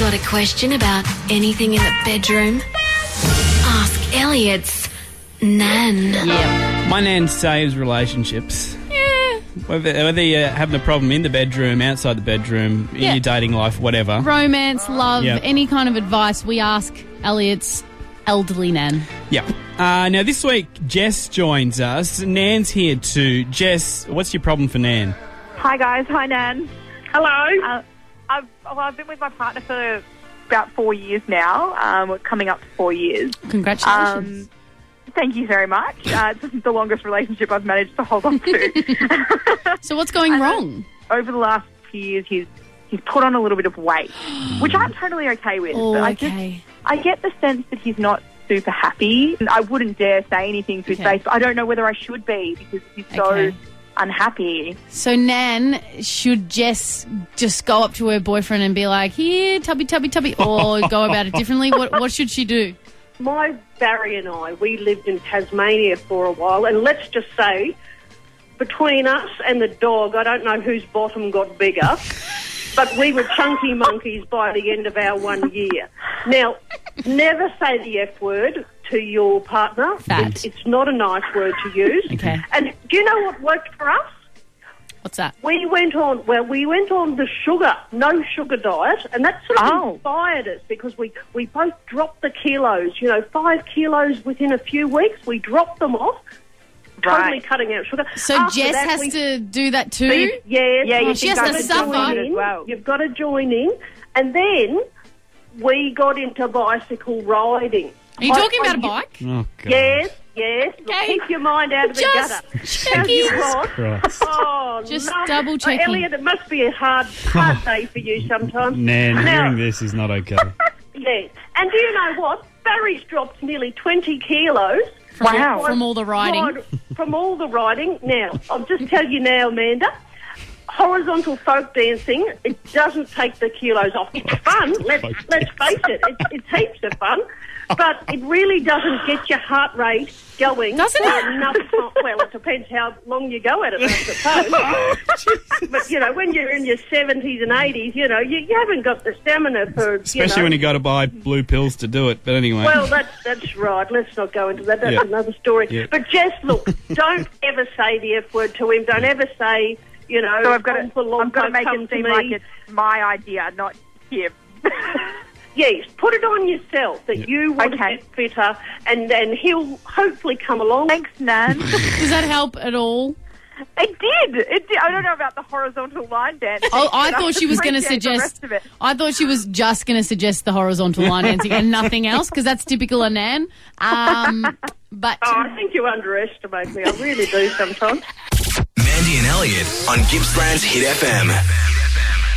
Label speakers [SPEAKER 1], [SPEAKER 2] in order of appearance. [SPEAKER 1] Got a question about anything in the bedroom? Ask Elliot's Nan.
[SPEAKER 2] My nan saves relationships.
[SPEAKER 3] Yeah.
[SPEAKER 2] Whether, whether you're having a problem in the bedroom, outside the bedroom, in
[SPEAKER 3] Yeah.
[SPEAKER 2] your dating life, whatever.
[SPEAKER 3] Romance, love,
[SPEAKER 2] Yep.
[SPEAKER 3] any kind of advice, we ask Elliot's elderly nan.
[SPEAKER 2] Yeah. Uh, now, this week, Jess joins us. Nan's here too. Jess, what's your problem for Nan?
[SPEAKER 4] Hi guys, hi Nan.
[SPEAKER 5] Hello.
[SPEAKER 4] Uh, I've well, I've been with my partner for about four years now. Um, we're coming up to four years.
[SPEAKER 3] Congratulations.
[SPEAKER 4] Um, thank you very much. Uh, it's the longest relationship I've managed to hold on to.
[SPEAKER 3] so what's going wrong?
[SPEAKER 4] Over the last few years, he's he's put on a little bit of weight, which I'm totally okay with.
[SPEAKER 3] Oh,
[SPEAKER 4] but I just
[SPEAKER 3] okay.
[SPEAKER 4] I get the sense that he's not super happy. I wouldn't dare say anything to his
[SPEAKER 3] Okay.
[SPEAKER 4] face. But I don't know whether I should be because he's
[SPEAKER 3] Okay.
[SPEAKER 4] so unhappy.
[SPEAKER 3] So Nan should Jess just go up to her boyfriend and be like, "Here, tubby, tubby, tubby," or go about it differently? What what should she do?
[SPEAKER 5] My Barry and I, we lived in Tasmania for a while, and let's just say, between us and the dog, I don't know whose bottom got bigger, but we were chunky monkeys by the end of our one year. Now, never say the F word to your partner.
[SPEAKER 3] That.
[SPEAKER 5] It's, it's not a nice word to use.
[SPEAKER 3] Okay.
[SPEAKER 5] And do you know what worked for us?
[SPEAKER 3] What's that?
[SPEAKER 5] We went on well. We went on the sugar, no sugar diet, and that sort of
[SPEAKER 4] Oh.
[SPEAKER 5] inspired us because we we both dropped the kilos. You know, five kilos within a few weeks. We dropped them off, totally
[SPEAKER 4] Right.
[SPEAKER 5] cutting out sugar.
[SPEAKER 3] So
[SPEAKER 5] After
[SPEAKER 3] Jess
[SPEAKER 5] that,
[SPEAKER 3] has
[SPEAKER 5] we-
[SPEAKER 3] to do that too.
[SPEAKER 5] Yes, yes.
[SPEAKER 4] Yeah, you
[SPEAKER 3] She has to
[SPEAKER 5] You've
[SPEAKER 3] suffer.
[SPEAKER 5] got to join
[SPEAKER 4] as
[SPEAKER 5] in.
[SPEAKER 4] well.
[SPEAKER 5] You've got to join in, and then we got into bicycle riding.
[SPEAKER 3] Are you
[SPEAKER 5] I-
[SPEAKER 3] talking
[SPEAKER 5] I-
[SPEAKER 3] about a bike?
[SPEAKER 2] Oh, God.
[SPEAKER 5] Yes, yes. Look,
[SPEAKER 3] Okay.
[SPEAKER 5] keep your mind out of the
[SPEAKER 3] Just
[SPEAKER 5] gutter.
[SPEAKER 3] checking.
[SPEAKER 5] Cross.
[SPEAKER 2] Christ.
[SPEAKER 5] Oh,
[SPEAKER 3] Just
[SPEAKER 5] no.
[SPEAKER 3] double checking.
[SPEAKER 5] Oh, Elliot, it must be a hard, hard day for you sometimes.
[SPEAKER 2] Nan,
[SPEAKER 5] Now-
[SPEAKER 2] hearing this is not okay.
[SPEAKER 5] Yeah. And do you know what? Barry's dropped nearly 20 kilos.
[SPEAKER 3] From all-
[SPEAKER 4] Wow.
[SPEAKER 3] From all the riding.
[SPEAKER 5] Ride- From all the riding. Now, I'll just tell you now, Amanda. Horizontal folk dancing, it doesn't take the kilos off. It's fun, let's,
[SPEAKER 2] Folk
[SPEAKER 5] let's face it, it's, it's heaps of fun, but it really doesn't get your heart rate going.
[SPEAKER 3] Doesn't
[SPEAKER 5] for
[SPEAKER 3] it?
[SPEAKER 5] Enough time. Well, it depends how long you go at it, I suppose. but, you know, when you're in your 70s and 80s, you know, you, you haven't got the stamina for,
[SPEAKER 2] Especially
[SPEAKER 5] you know,
[SPEAKER 2] when you got to buy blue pills to do it. But anyway.
[SPEAKER 5] well, that's that's right. Let's not go into that. That's
[SPEAKER 2] Yeah.
[SPEAKER 5] another story.
[SPEAKER 2] Yeah.
[SPEAKER 5] But Jess, look, don't ever say the F word to him. Don't ever say, you know,
[SPEAKER 4] So I've got to,
[SPEAKER 5] "Uncle Longo,
[SPEAKER 4] I've got to make
[SPEAKER 5] come
[SPEAKER 4] it seem
[SPEAKER 5] me."
[SPEAKER 4] like it's my idea, not him.
[SPEAKER 5] Yes, put it on yourself that
[SPEAKER 2] Yeah.
[SPEAKER 5] you want
[SPEAKER 4] Okay.
[SPEAKER 5] to get fitter, and then he'll hopefully come along.
[SPEAKER 4] Thanks, Nan.
[SPEAKER 3] Does that help at all?
[SPEAKER 4] It did. It did. I don't know about the horizontal line dance.
[SPEAKER 3] Oh, I
[SPEAKER 4] but
[SPEAKER 3] thought she was going to
[SPEAKER 4] appreciate the
[SPEAKER 3] suggest.
[SPEAKER 4] rest of it.
[SPEAKER 3] I thought she was just going to suggest the horizontal line dancing and nothing else because that's typical of Nan. Um, but
[SPEAKER 5] Oh, I think you underestimate me. I really do sometimes.
[SPEAKER 6] Mandy and Elliot on Gippsland's Hit FM.